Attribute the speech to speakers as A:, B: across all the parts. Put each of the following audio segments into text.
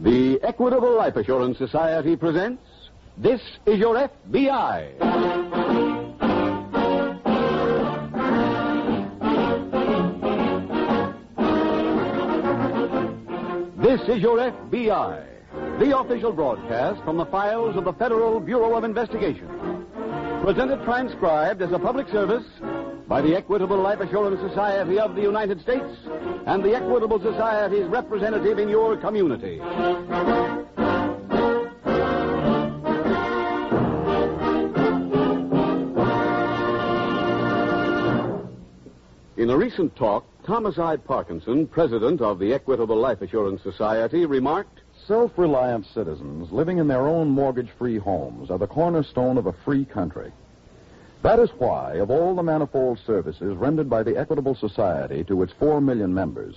A: The Equitable Life Assurance Society presents This is Your FBI. This is Your FBI, the official broadcast from the files of the Federal Bureau of Investigation. Presented transcribed as a public service by the Equitable Life Assurance Society of the United States and the Equitable Society's representative in your community. In a recent talk, Thomas I. Parkinson, president of the Equitable Life Assurance Society, remarked
B: Self reliant citizens living in their own mortgage free homes are the cornerstone of a free country. That is why, of all the manifold services rendered by the Equitable Society to its four million members,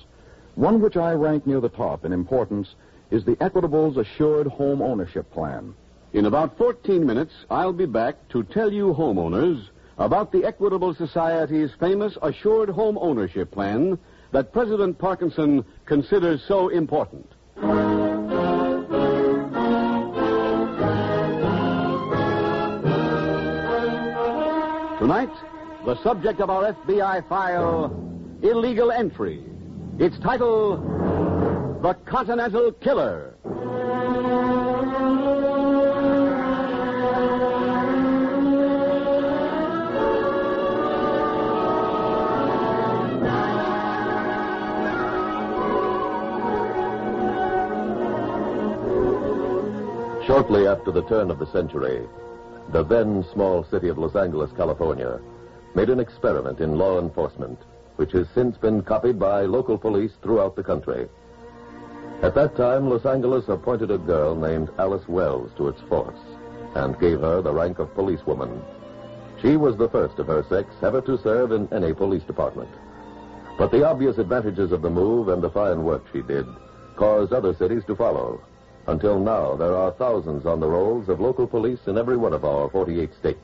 B: one which I rank near the top in importance is the Equitable's Assured Home Ownership Plan.
A: In about 14 minutes, I'll be back to tell you homeowners about the Equitable Society's famous Assured Home Ownership Plan that President Parkinson considers so important. Tonight, the subject of our FBI file Illegal Entry. Its title The Continental Killer.
C: Shortly after the turn of the century, the then small city of Los Angeles, California, made an experiment in law enforcement, which has since been copied by local police throughout the country. At that time, Los Angeles appointed a girl named Alice Wells to its force and gave her the rank of policewoman. She was the first of her sex ever to serve in any police department. But the obvious advantages of the move and the fine work she did caused other cities to follow. Until now, there are thousands on the rolls of local police in every one of our 48 states.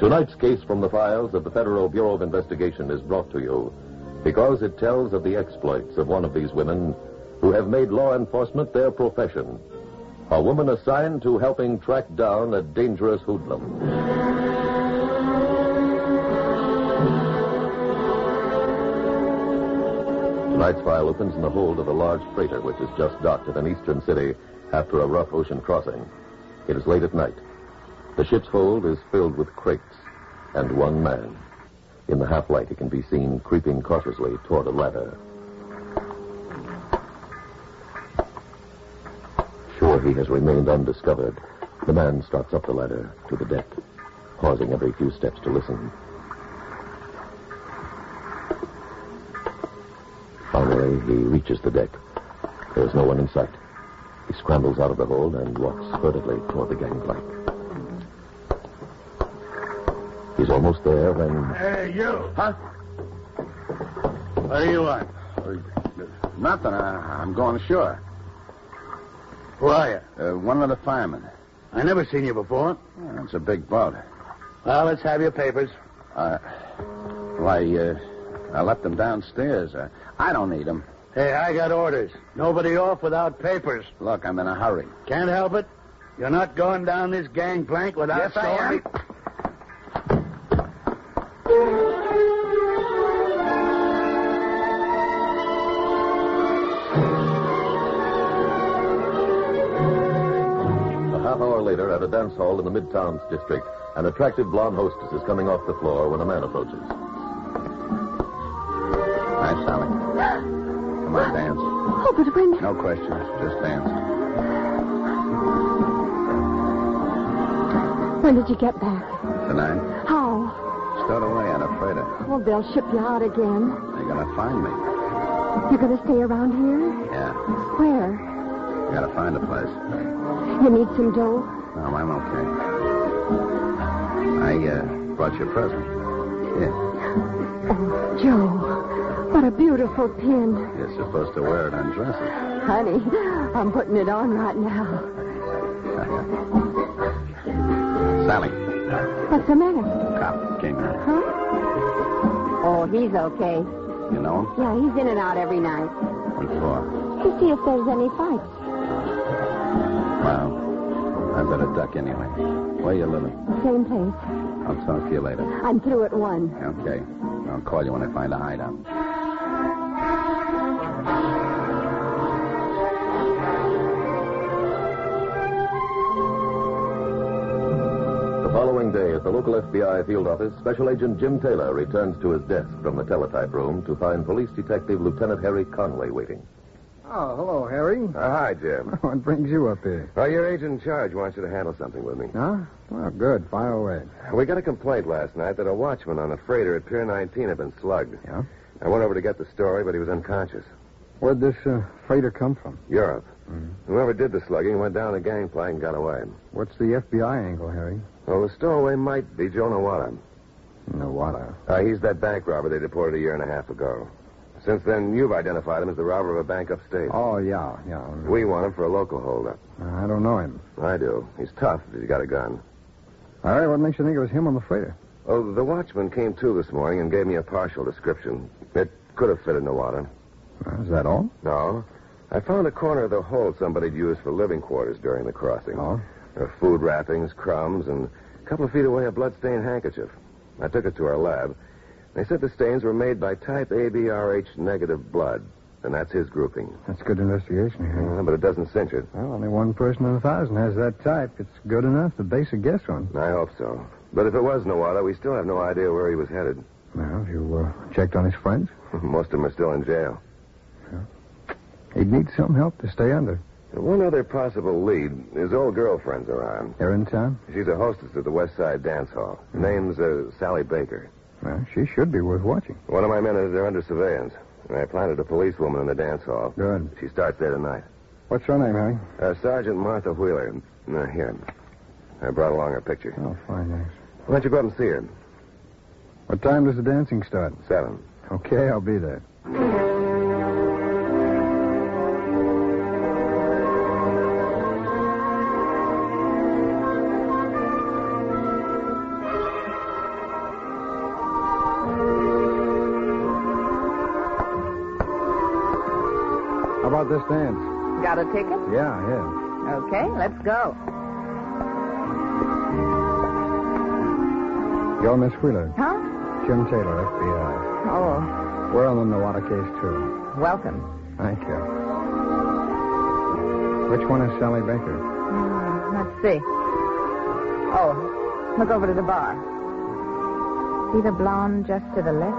C: Tonight's case from the files of the Federal Bureau of Investigation is brought to you because it tells of the exploits of one of these women who have made law enforcement their profession. A woman assigned to helping track down a dangerous hoodlum. Tonight's file opens in the hold of a large freighter which has just docked at an eastern city after a rough ocean crossing. It is late at night. The ship's hold is filled with crates and one man. In the half light, he can be seen creeping cautiously toward a ladder. Sure he has remained undiscovered, the man starts up the ladder to the deck, pausing every few steps to listen. Finally, he reaches the deck. There's no one in sight. He scrambles out of the hold and walks furtively toward the gangplank. He's almost there when.
D: Hey, you.
B: Huh?
D: What do you want?
B: Nothing. I, I'm going ashore.
D: Who are you?
B: Uh, one of the firemen.
D: I never seen you before.
B: It's a big boat.
D: Well, let's have your papers.
B: Why, uh, I left them downstairs. Uh, I don't need them.
D: Hey, I got orders. Nobody off without papers.
B: Look, I'm in a hurry.
D: Can't help it. You're not going down this gangplank without
B: Yes, I
D: showing
B: am.
D: me-
C: A half hour later, at a dance hall in the Midtown district, an attractive blonde hostess is coming off the floor when a man approaches.
B: Nice, Sally. Come on, dance.
E: Oh, but when
B: No questions, just dance.
E: when did you get back?
B: Tonight,
E: How?
B: stowed away on a freighter.
E: Oh, they'll ship you out again.
B: They got
F: going to find me.
E: You're going to stay around here?
F: Yeah.
E: Where?
F: I got to find a place.
E: You need some dough?
F: No, I'm okay. I uh, brought you a present. Yeah.
E: Oh, Joe, what a beautiful pin.
F: You're supposed to wear it on dresses.
E: Honey, I'm putting it on right now.
F: Sally,
E: What's the matter?
F: cop came here.
E: Huh? Oh, he's okay.
F: You know him?
E: Yeah, he's in and out every night.
F: What for?
E: To see if there's any fights.
F: Well, I better duck anyway. Where you living?
E: Same place.
F: I'll talk to you later.
E: I'm through at one.
F: Okay. I'll call you when I find a hideout.
G: The following day at the local FBI field office, Special Agent Jim Taylor returns to his desk from the teletype room to find Police Detective Lieutenant Harry Conway waiting.
H: Oh, hello, Harry.
C: Uh, hi, Jim.
H: What brings you up here?
C: Well, your agent in charge wants you to handle something with me.
H: Huh? Well, good. Fire away.
C: We got a complaint last night that a watchman on a freighter at Pier 19 had been slugged.
H: Yeah?
C: I went over to get the story, but he was unconscious.
H: Where'd this uh, freighter come from?
C: Europe. Whoever did the slugging went down the gangplank and got away.
H: What's the FBI angle, Harry?
C: Well, the stowaway might be Joe Nawada.
H: No, what? a-
C: Uh, he's that bank robber they deported a year and a half ago. Since then, you've identified him as the robber of a bank upstate.
H: Oh, yeah, yeah.
C: We want him for a local holdup.
H: I don't know him.
C: I do. He's tough if he's got a gun.
H: All right, what makes you think it was him on the freighter?
C: Oh, the watchman came to this morning and gave me a partial description. It could have fit in the water.
H: Uh, is that all?
C: No. I found a corner of the hole somebody'd used for living quarters during the crossing.
H: Oh.
C: There were food wrappings, crumbs, and a couple of feet away a bloodstained handkerchief. I took it to our lab. They said the stains were made by type ABRH negative blood, and that's his grouping.
H: That's good investigation, Harry.
C: Uh, but it doesn't cinch it.
H: Well, only one person in a thousand has that type. It's good enough to base a guess on.
C: I hope so. But if it was Nawada, we still have no idea where he was headed.
H: Well, have you uh, checked on his friends?
C: Most of them are still in jail.
H: He'd need some help to stay under.
C: And one other possible lead. His old girlfriend's around.
H: They're in town?
C: She's a hostess at the West Side Dance Hall. Name's uh, Sally Baker.
H: Well, she should be worth watching.
C: One of my men is there under surveillance. And I planted a policewoman in the dance hall.
H: Good.
C: She starts there tonight.
H: What's her name, Harry?
C: Uh, Sergeant Martha Wheeler. Uh, here. I brought along her picture.
H: Oh, fine, thanks.
C: Why don't you go up and see her?
H: What time does the dancing start?
C: Seven.
H: Okay, I'll be there. How about this dance?
I: Got a ticket?
H: Yeah, yeah.
I: Okay, let's go.
H: You're Miss Wheeler.
I: Huh?
H: Jim Taylor, FBI.
I: Oh,
H: We're on the Nawada case, too.
I: welcome.
H: Thank you. Which one is Sally Baker?
I: Hmm, Let's see. Oh, look over to the bar. See the blonde just to the left?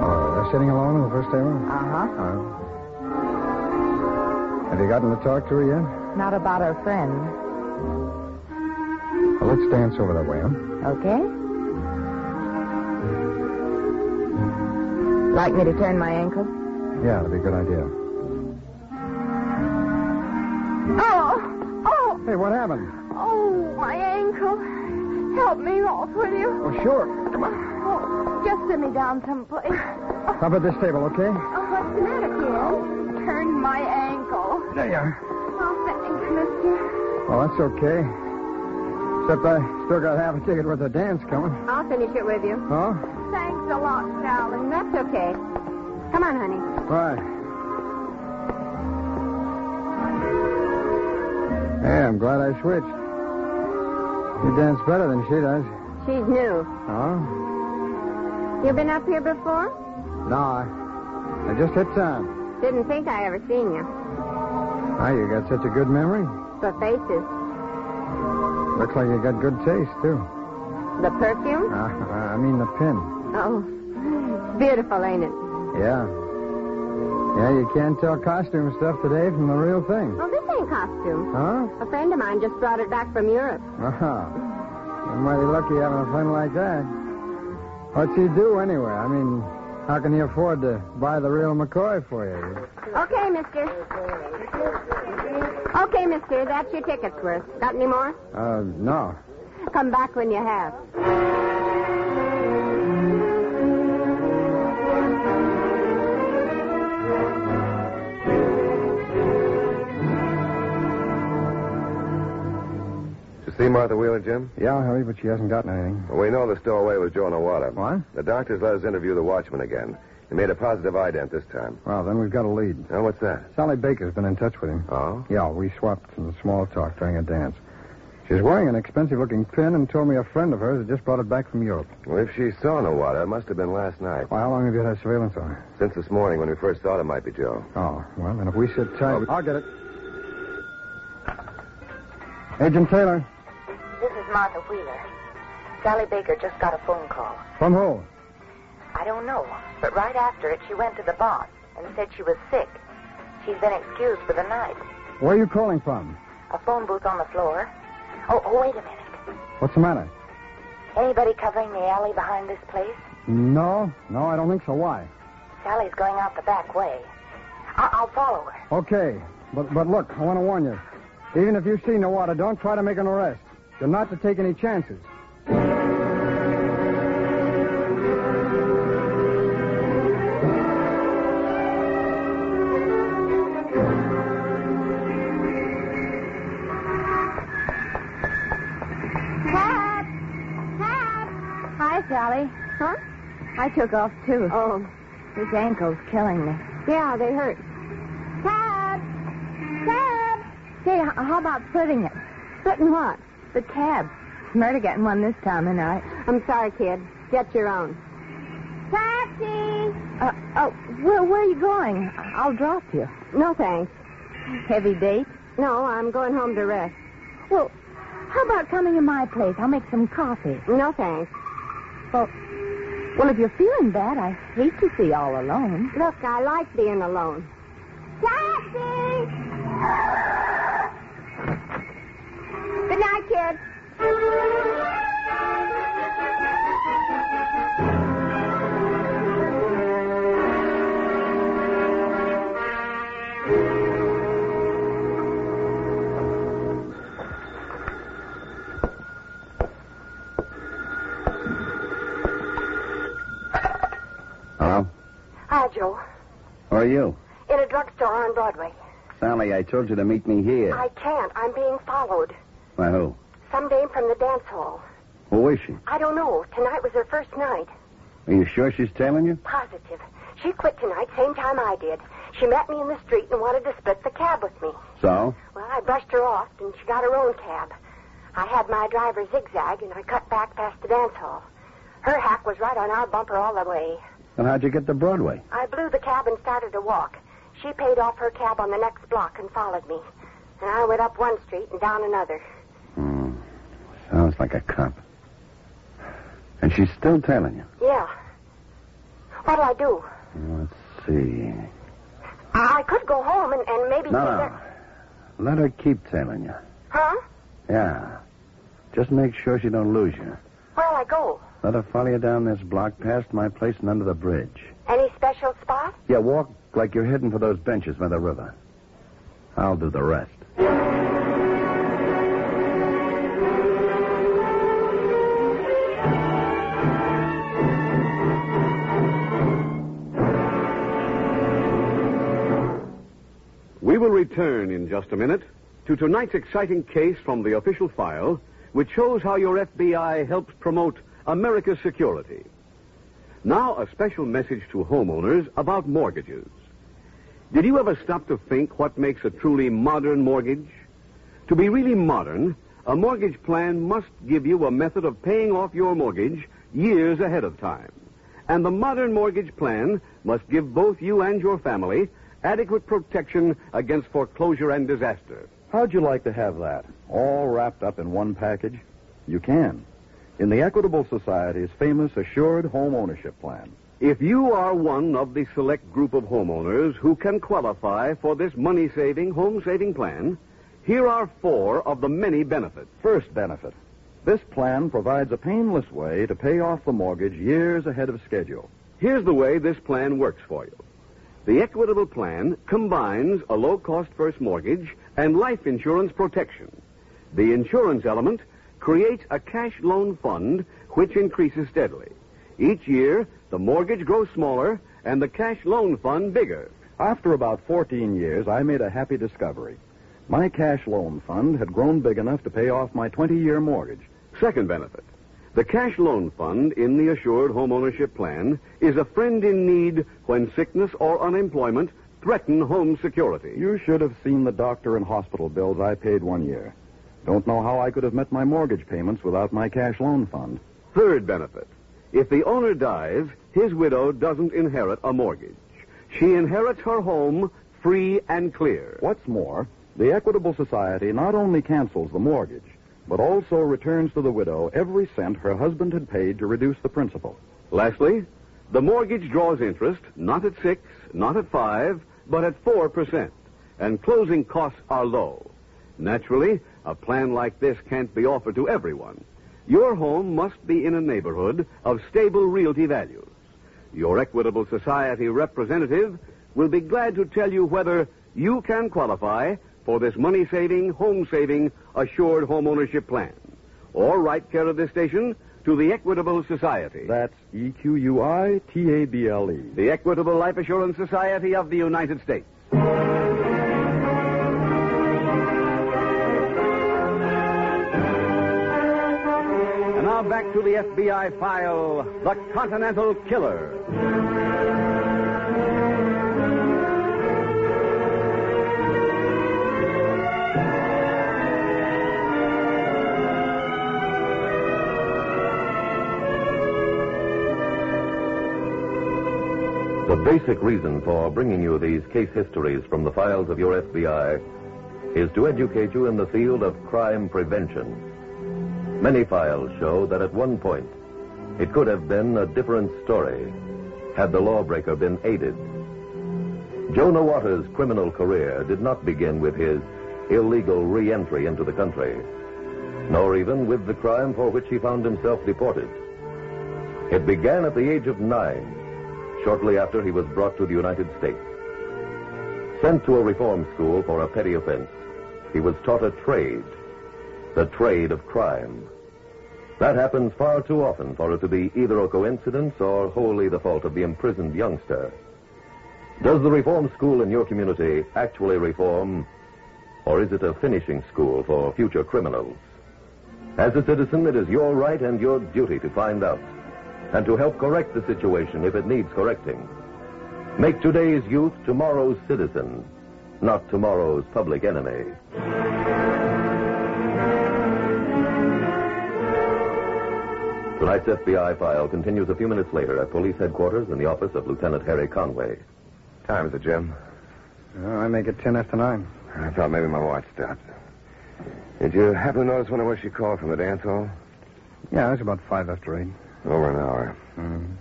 H: Oh, they're sitting alone in the first table?
I: Uh
H: Uh, have you gotten to talk to her yet?
I: huh. Not about her friend.
H: Well, let's dance over that way, huh?
I: Okay? Like me to turn my ankle?
H: Yeah, that'd be a good idea.
E: Oh, oh,
H: Hey, what happened?
E: oh, my ankle. Help me off, will you?
H: Oh, sure. Come on.
E: Oh, just sit me down someplace. Oh,
H: Up at this table, okay?
E: what's the matter, kid? Turned my ankle.
H: There you are.
E: Oh, thanks, mister.
H: Well, that's okay. Except I still got half a ticket worth of dance coming.
E: I'll finish it with you.
H: Huh?
E: Thanks a lot, darling. That's okay. Come on, honey.
H: Right. Hey, I'm glad I switched. You dance better than she does.
E: She's new.
H: Oh?
E: You been up here before?
H: No, I, I just hit time.
E: Didn't think I ever seen you.
H: Ah, you got such a good memory.
E: The faces,
H: Looks like you got good taste, too.
E: the perfume.
H: Uh, I mean the pin.
E: Oh, it's beautiful, ain't it?
H: Yeah. Yeah, you can't tell costume stuff today from the real thing.
E: Well, this ain't costume.
H: Huh?
E: A friend of mine just brought it back from Europe.
H: Uh-huh. You're mighty lucky having a friend like that. What's he do anyway? I mean, How can you afford to buy the real McCoy for you?
E: Okay, mister. Okay, mister, that's your ticket's worth. Got any more?
H: Uh, no.
E: Come back when you have.
J: See Martha Wheeler, Jim?
H: Yeah, Harry, but she hasn't gotten anything.
J: Well, we know the stowaway was Joe Nawada.
H: What?
J: The doctors let us interview the watchman again. He made a positive ident this time.
H: Well, then we've got a lead.
J: Now, what's that?
H: Sally Baker's been in touch with him.
J: Oh?
H: Yeah, we swapped some small talk during a dance. She's wearing an expensive looking pin and told me a friend of hers had just brought it back from Europe.
J: Well, if she saw Nawada, it must have been last night.
H: Well, how long have you had surveillance on her?
J: Since this morning when we first thought it might be Joe.
H: Oh, well, then if we sit tight.
J: Oh.
H: I'll get it. Agent Taylor.
I: This is Martha Wheeler. Sally Baker just got a phone call.
H: From who?
I: I don't know, but right after it, she went to the boss and said she was sick. She's been excused for the night.
H: Where are you calling from?
I: A phone booth on the floor. Oh, oh wait a minute.
H: What's the matter?
I: Anybody covering the alley behind this place?
H: No, no, I don't think so. Why?
I: Sally's going out the back way. I- will follow her.
H: Okay, but but look, I want to warn you. Even if you see Nawada, don't try to make an arrest. You're not to take any chances.
E: Pat! Pat!
K: Hi, Sally.
E: Huh?
K: I took off, too.
E: Oh.
K: This ankle's killing me.
E: Yeah, they hurt. Pat! Pat!
K: Say, h- how about splitting it?
E: Splitting what?
K: The tab. Murder getting one this time of night.
E: I'm sorry, kid. Get your own. Taxi!
K: Uh, oh, where, where are you going? I'll drop you.
E: No, thanks.
K: Heavy date?
E: No, I'm going home to rest.
K: Well, how about coming to my place? I'll make some coffee.
E: No, thanks.
K: Well, well, if you're feeling bad, I hate to see you all alone.
E: Look, I like being alone. Taxi! Good night, kid.
D: Hello?
I: Hi, Ah, Joe.
D: Who are you?
I: In a drugstore on Broadway.
D: Sally, I told you to meet me here.
I: I can't. I'm being followed.
D: By who?
I: Some dame from the dance hall.
D: Who is she?
I: I don't know. Tonight was her first night.
D: Are you sure she's tailing you?
I: Positive. She quit tonight, same time I did. She met me in the street and wanted to split the cab with me.
D: So?
I: Well, I brushed her off, and she got her own cab. I had my driver zigzag, and I cut back past the dance hall. Her hack was right on our bumper all the way.
D: Well, how'd you get to Broadway?
I: I blew the cab and started to walk. She paid off her cab on the next block and followed me. And I went up one street and down another.
D: Hmm. Sounds like a cop. And she's still telling you?
I: Yeah. What'll I do?
D: Let's see.
I: I could go home and, and maybe.
D: No, no. Let her keep telling you.
I: Huh?
D: Yeah. Just make sure she don't lose you.
I: Where'll I go?
D: Let her follow you down this block, past my place and under the bridge.
I: Any special spot?
D: Yeah, walk like you're heading for those benches by the river. I'll do the rest.
A: We will return in just a minute to tonight's exciting case from the official file, which shows how your FBI helps promote America's security. Now, a special message to homeowners about mortgages. Did you ever stop to think what makes a truly modern mortgage? To be really modern, a mortgage plan must give you a method of paying off your mortgage years ahead of time. And the modern mortgage plan must give both you and your family adequate protection against foreclosure and disaster.
B: How'd you like to have that? All wrapped up in one package? You can. In the Equitable Society's famous Assured Home Ownership Plan.
A: If you are one of the select group of homeowners who can qualify for this money saving, home saving plan, here are four of the many benefits.
B: First benefit this plan provides a painless way to pay off the mortgage years ahead of schedule.
A: Here's the way this plan works for you. The Equitable Plan combines a low cost first mortgage and life insurance protection. The insurance element creates a cash loan fund which increases steadily. Each year, the mortgage grows smaller and the cash loan fund bigger.
B: After about 14 years, I made a happy discovery. My cash loan fund had grown big enough to pay off my 20 year mortgage.
A: Second benefit the cash loan fund in the Assured Homeownership Plan is a friend in need when sickness or unemployment threaten home security.
B: You should have seen the doctor and hospital bills I paid one year. Don't know how I could have met my mortgage payments without my cash loan fund.
A: Third benefit if the owner dies, his widow doesn't inherit a mortgage. She inherits her home free and clear.
B: What's more, the Equitable Society not only cancels the mortgage, but also returns to the widow every cent her husband had paid to reduce the principal.
A: Lastly, the mortgage draws interest not at 6, not at 5, but at 4%, and closing costs are low. Naturally, a plan like this can't be offered to everyone. Your home must be in a neighborhood of stable realty values. Your Equitable Society representative will be glad to tell you whether you can qualify for this money saving, home saving, assured home ownership plan. Or write care of this station to the Equitable Society.
B: That's E Q U I T A B L E.
A: The Equitable Life Assurance Society of the United States. And now back to the FBI file The Continental Killer.
C: The basic reason for bringing you these case histories from the files of your FBI is to educate you in the field of crime prevention. Many files show that at one point it could have been a different story had the lawbreaker been aided. Jonah Waters' criminal career did not begin with his illegal re entry into the country, nor even with the crime for which he found himself deported. It began at the age of nine shortly after he was brought to the United States. Sent to a reform school for a petty offense, he was taught a trade, the trade of crime. That happens far too often for it to be either a coincidence or wholly the fault of the imprisoned youngster. Does the reform school in your community actually reform, or is it a finishing school for future criminals? As a citizen, it is your right and your duty to find out and to help correct the situation if it needs correcting. Make today's youth tomorrow's citizen, not tomorrow's public enemy. Tonight's FBI file continues a few minutes later at police headquarters in the office of Lieutenant Harry Conway.
J: Time is it, Jim?
H: Oh, I make it ten after nine.
J: I thought maybe my watch stopped. Did you happen to notice when it was she called from the dance hall?
H: Yeah, it was about five after eight.
J: Over an hour. Mm.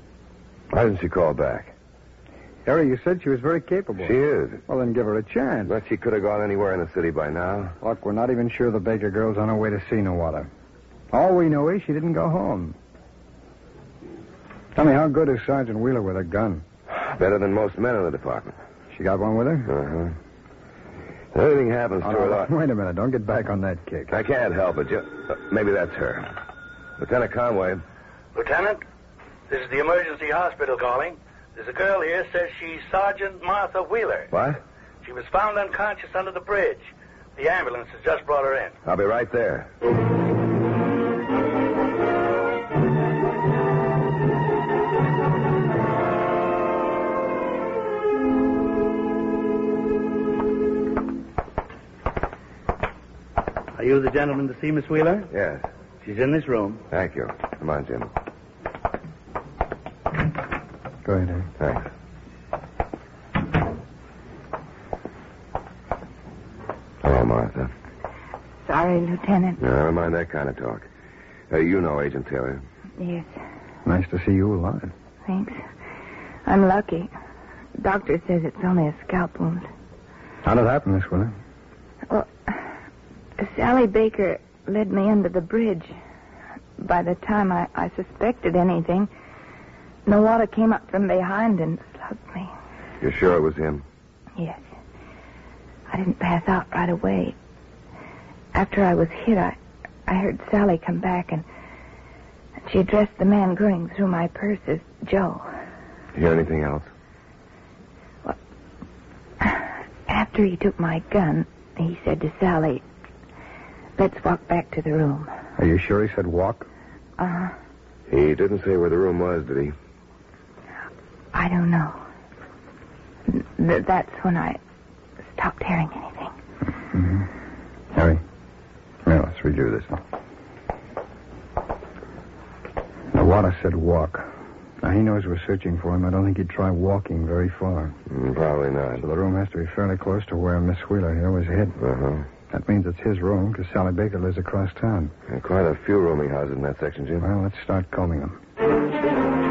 J: Why didn't she call back?
H: Harry, you said she was very capable.
J: She is.
H: Well, then give her a chance.
J: But she could have gone anywhere in the city by now.
H: Look, we're not even sure the Baker girl's on her way to see Nowata. All we know is she didn't go home. Tell me, how good is Sergeant Wheeler with a gun?
J: Better than most men in the department.
H: She got one with
J: her? Uh-huh. Everything happens oh, to her.
H: Lot. Wait a minute. Don't get back on that kick.
J: I can't help it. Just, uh, maybe that's her. Lieutenant Conway.
L: Lieutenant, this is the emergency hospital calling. There's a girl here says she's Sergeant Martha Wheeler.
J: What?
L: She was found unconscious under the bridge. The ambulance has just brought her in.
J: I'll be right there.
L: Are you the gentleman to see Miss Wheeler?
J: Yes.
L: She's in this room.
J: Thank you. Come on, Jim.
H: Go ahead, Harry.
J: Thanks. Hello, Martha.
K: Sorry, Lieutenant.
J: No, never mind that kind of talk. Uh, you know Agent Taylor.
K: Yes.
H: Nice to see you alive.
K: Thanks. I'm lucky. Doctor says it's only a scalp wound.
H: How'd it happen, Miss Wheeler?
K: Well, Sally Baker led me under the bridge. By the time I, I suspected anything, The water came up from behind and slugged me.
C: You're sure it was him?
K: Yes. I didn't pass out right away. After I was hit, I, I heard Sally come back and she addressed the man going through my purse as Joe.
C: You hear anything else?
K: Well, after he took my gun, he said to Sally, Let's walk back to the room.
H: Are you sure he said walk?
K: Uh huh.
C: He didn't say where the room was, did he?
K: I don't know. Th- that's when I stopped hearing anything.
H: Mm-hmm. Harry, here, let's redo this now. The water said walk. Now, he knows we're searching for him. I don't think he'd try walking very far.
C: Mm, probably not.
H: So the room has to be fairly close to where Miss Wheeler here was hit.
C: Uh-huh.
H: That means it's his room because Sally Baker lives across town.
C: There are quite a few rooming houses in that section, Jim.
H: Well, let's start combing them.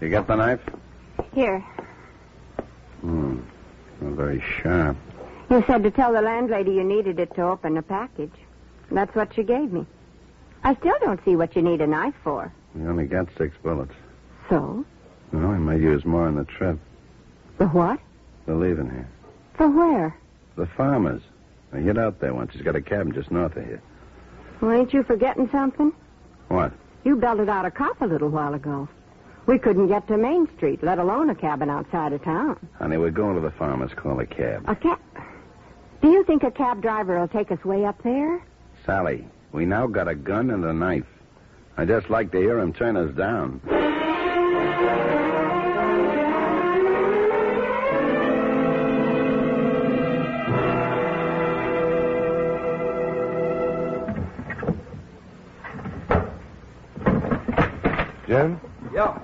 M: You got the knife?
E: Here.
M: Hmm. Well, very sharp.
E: You said to tell the landlady you needed it to open a package. That's what you gave me. I still don't see what you need a knife for.
M: We only got six bullets.
E: So?
M: Well, I might use more on the trip.
E: The what?
M: They're leaving here.
E: For where?
M: The farmer's. I hid out there once. He's got a cabin just north of here.
E: Well, ain't you forgetting something?
M: What?
E: You belted out a cop a little while ago. We couldn't get to Main Street, let alone a cabin outside of town.
M: Honey, we're going to the farmer's. Call a cab.
E: A cab? Do you think a cab driver will take us way up there?
M: Sally, we now got a gun and a knife. I just like to hear him turn us down.
C: Jim?
N: Yeah.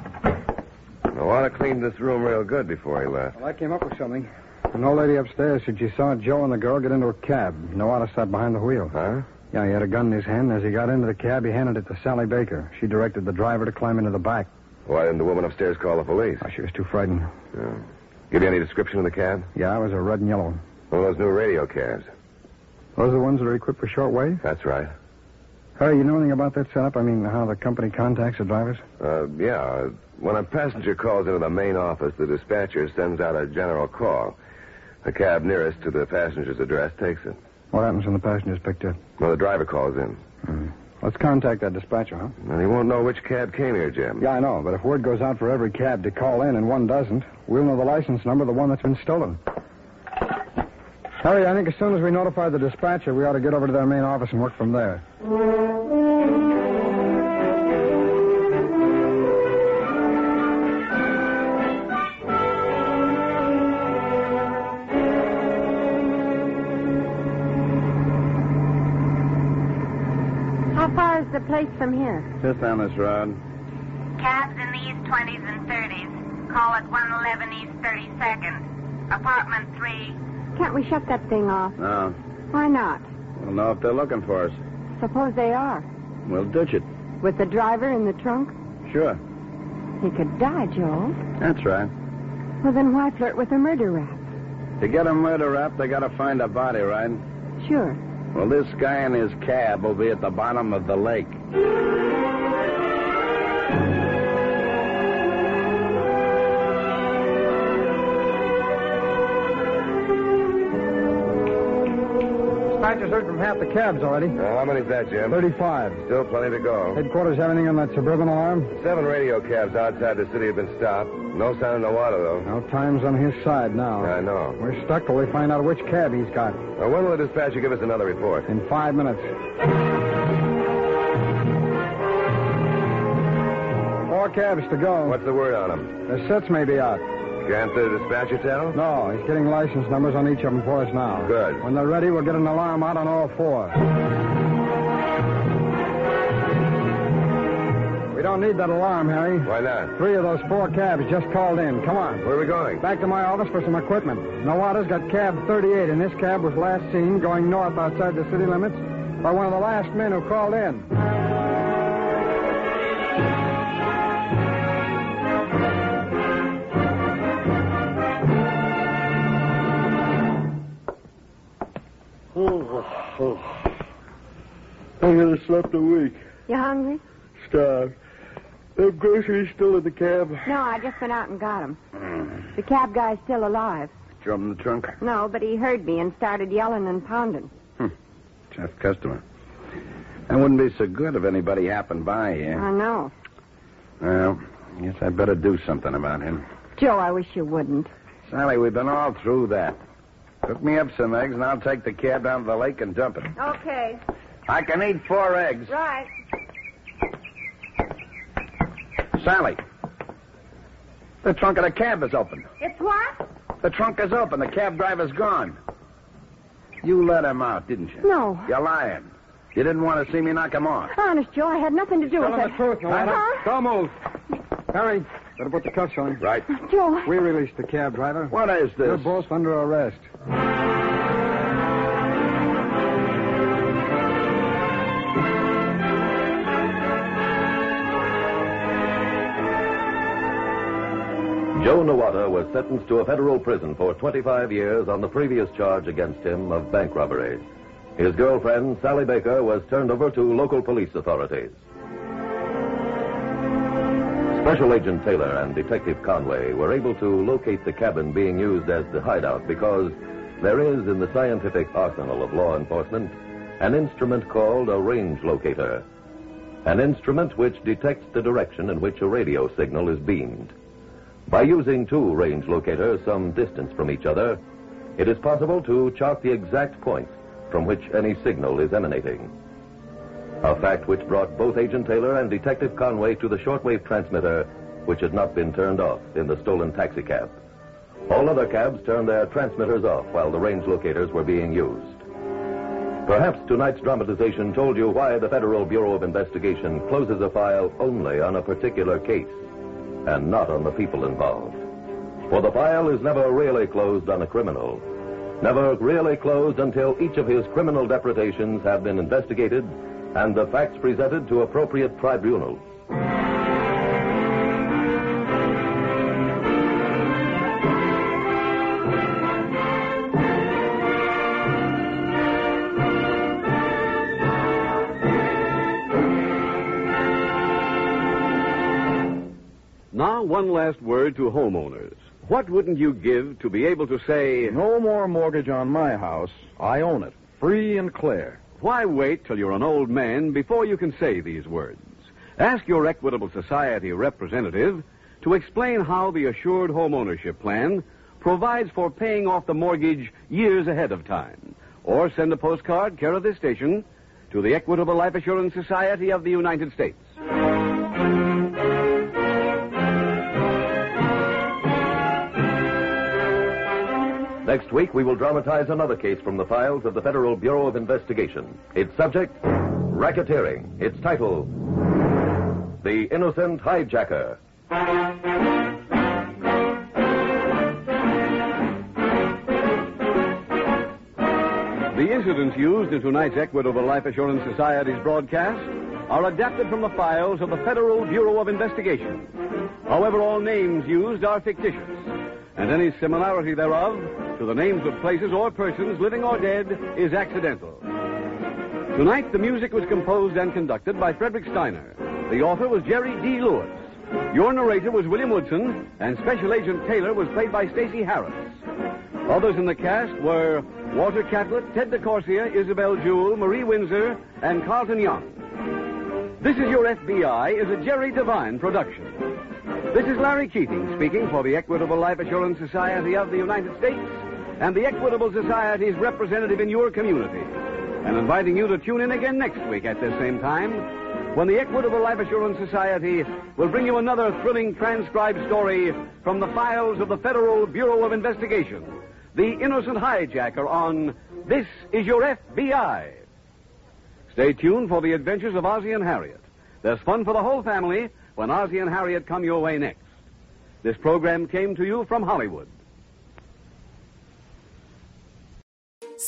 C: The water cleaned this room real good before he left.
H: Well, I came up with something. An old lady upstairs said she saw Joe and the girl get into a cab. Noada sat behind the wheel.
C: Huh?
H: Yeah, he had a gun in his hand. As he got into the cab, he handed it to Sally Baker. She directed the driver to climb into the back.
C: Why didn't the woman upstairs call the police?
H: Oh, she was too frightened.
C: Yeah. Give you any description of the cab?
H: Yeah, it was a red and yellow.
C: One of those new radio cabs.
H: Those are the ones that are equipped for shortwave?
C: That's right.
H: Harry, you know anything about that setup? I mean, how the company contacts the drivers?
C: Uh, yeah. When a passenger calls into the main office, the dispatcher sends out a general call. The cab nearest to the passenger's address takes it.
H: What happens when the passenger's picked up?
C: Well, the driver calls in.
H: Mm. Let's contact that dispatcher, huh?
C: And he won't know which cab came here, Jim.
H: Yeah, I know, but if word goes out for every cab to call in and one doesn't, we'll know the license number of the one that's been stolen. Harry, I think as soon as we notify the dispatcher, we ought to get over to their main office and work from there.
E: the place from here?
M: Just down this road.
I: Cabs in the East 20s and 30s. Call at 111 East 32nd. Apartment 3.
E: Can't we shut that thing off?
M: No.
E: Why not?
M: We'll know if they're looking for us.
E: Suppose they are.
M: We'll ditch it.
E: With the driver in the trunk?
M: Sure.
E: He could die, Joel.
M: That's right.
E: Well, then why flirt with a murder rap?
M: To get a murder rap, they gotta find a body, right?
E: Sure.
M: Well, this guy and his cab will be at the bottom of the lake.
H: Dispatcher's heard from half the cabs already.
C: Uh, how many's that, Jim?
H: 35.
C: Still plenty to go.
H: Headquarters have anything on that suburban alarm?
C: Seven radio cabs outside the city have been stopped. No sign of the water, though.
H: No time's on his side now.
C: I know.
H: We're stuck till we find out which cab he's got.
C: Now, when will the dispatcher give us another report?
H: In five minutes. Four cabs to go.
C: What's the word on them?
H: The sets may be out.
C: Can't the dispatcher tell?
H: No, he's getting license numbers on each of them for us now.
C: Good.
H: When they're ready, we'll get an alarm out on all four. We don't need that alarm, Harry.
C: Why not?
H: Three of those four cabs just called in. Come on.
C: Where are we going?
H: Back to my office for some equipment. Nawada's got cab 38, and this cab was last seen going north outside the city limits by one of the last men who called in.
O: Oh, I haven't slept a week.
E: You hungry?
O: Starved. The groceries still in the cab. Mm.
E: No, I just went out and got him. The cab guy's still alive.
D: Drove him in the trunk.
E: No, but he heard me and started yelling and pounding.
D: Tough customer. That wouldn't be so good if anybody happened by
E: I
D: here.
E: know.
D: Well, guess I'd better do something about him.
E: Joe, I wish you wouldn't.
D: Sally, we've been all through that. Cook me up some eggs, and I'll take the cab down to the lake and dump it.
E: Okay.
D: I can eat four eggs.
E: Right.
D: Sally, the trunk of the cab is open.
I: It's what?
D: The trunk is open. The cab driver's gone. You let him out, didn't you?
E: No.
D: You're lying. You didn't want to see me knock him off.
E: Honest, Joe, I had nothing to do
D: Tell
E: with
D: him
E: it.
D: the truth, Loretta.
E: Huh?
P: Don't move. Harry, better put the cuffs on him.
D: Right.
E: Joe.
P: We released the cab driver.
D: What is this?
P: You're both under arrest.
C: Joe Nawata was sentenced to a federal prison for 25 years on the previous charge against him of bank robbery. His girlfriend, Sally Baker, was turned over to local police authorities. Special Agent Taylor and Detective Conway were able to locate the cabin being used as the hideout because there is in the scientific arsenal of law enforcement an instrument called a range locator, an instrument which detects the direction in which a radio signal is beamed. By using two range locators some distance from each other, it is possible to chart the exact point from which any signal is emanating. A fact which brought both Agent Taylor and Detective Conway to the shortwave transmitter, which had not been turned off in the stolen taxicab. All other cabs turned their transmitters off while the range locators were being used. Perhaps tonight's dramatization told you why the Federal Bureau of Investigation closes a file only on a particular case and not on the people involved. For the file is never really closed on a criminal, never really closed until each of his criminal depredations have been investigated and the facts presented to appropriate tribunals.
A: Now, one last word to homeowners. What wouldn't you give to be able to say,
B: No more mortgage on my house. I own it, free and clear.
A: Why wait till you're an old man before you can say these words? Ask your Equitable Society representative to explain how the Assured Home Ownership Plan provides for paying off the mortgage years ahead of time. Or send a postcard, care of this station, to the Equitable Life Assurance Society of the United States.
C: Next week, we will dramatize another case from the files of the Federal Bureau of Investigation. Its subject, racketeering. Its title, The Innocent Hijacker.
A: The incidents used in tonight's Equitable Life Assurance Society's broadcast are adapted from the files of the Federal Bureau of Investigation. However, all names used are fictitious, and any similarity thereof to the names of places or persons, living or dead, is accidental. Tonight, the music was composed and conducted by Frederick Steiner. The author was Jerry D. Lewis. Your narrator was William Woodson, and Special Agent Taylor was played by Stacey Harris. Others in the cast were Walter Catlett, Ted DeCorsia, Isabel Jewell, Marie Windsor, and Carlton Young. This is Your FBI is a Jerry Devine production. This is Larry Keating speaking for the Equitable Life Assurance Society of the United States and the Equitable Society's representative in your community, and inviting you to tune in again next week at this same time when the Equitable Life Assurance Society will bring you another thrilling transcribed story from the files of the Federal Bureau of Investigation, The Innocent Hijacker on This Is Your FBI. Stay tuned for the adventures of Ozzie and Harriet. There's fun for the whole family when Ozzie and Harriet come your way next. This program came to you from Hollywood.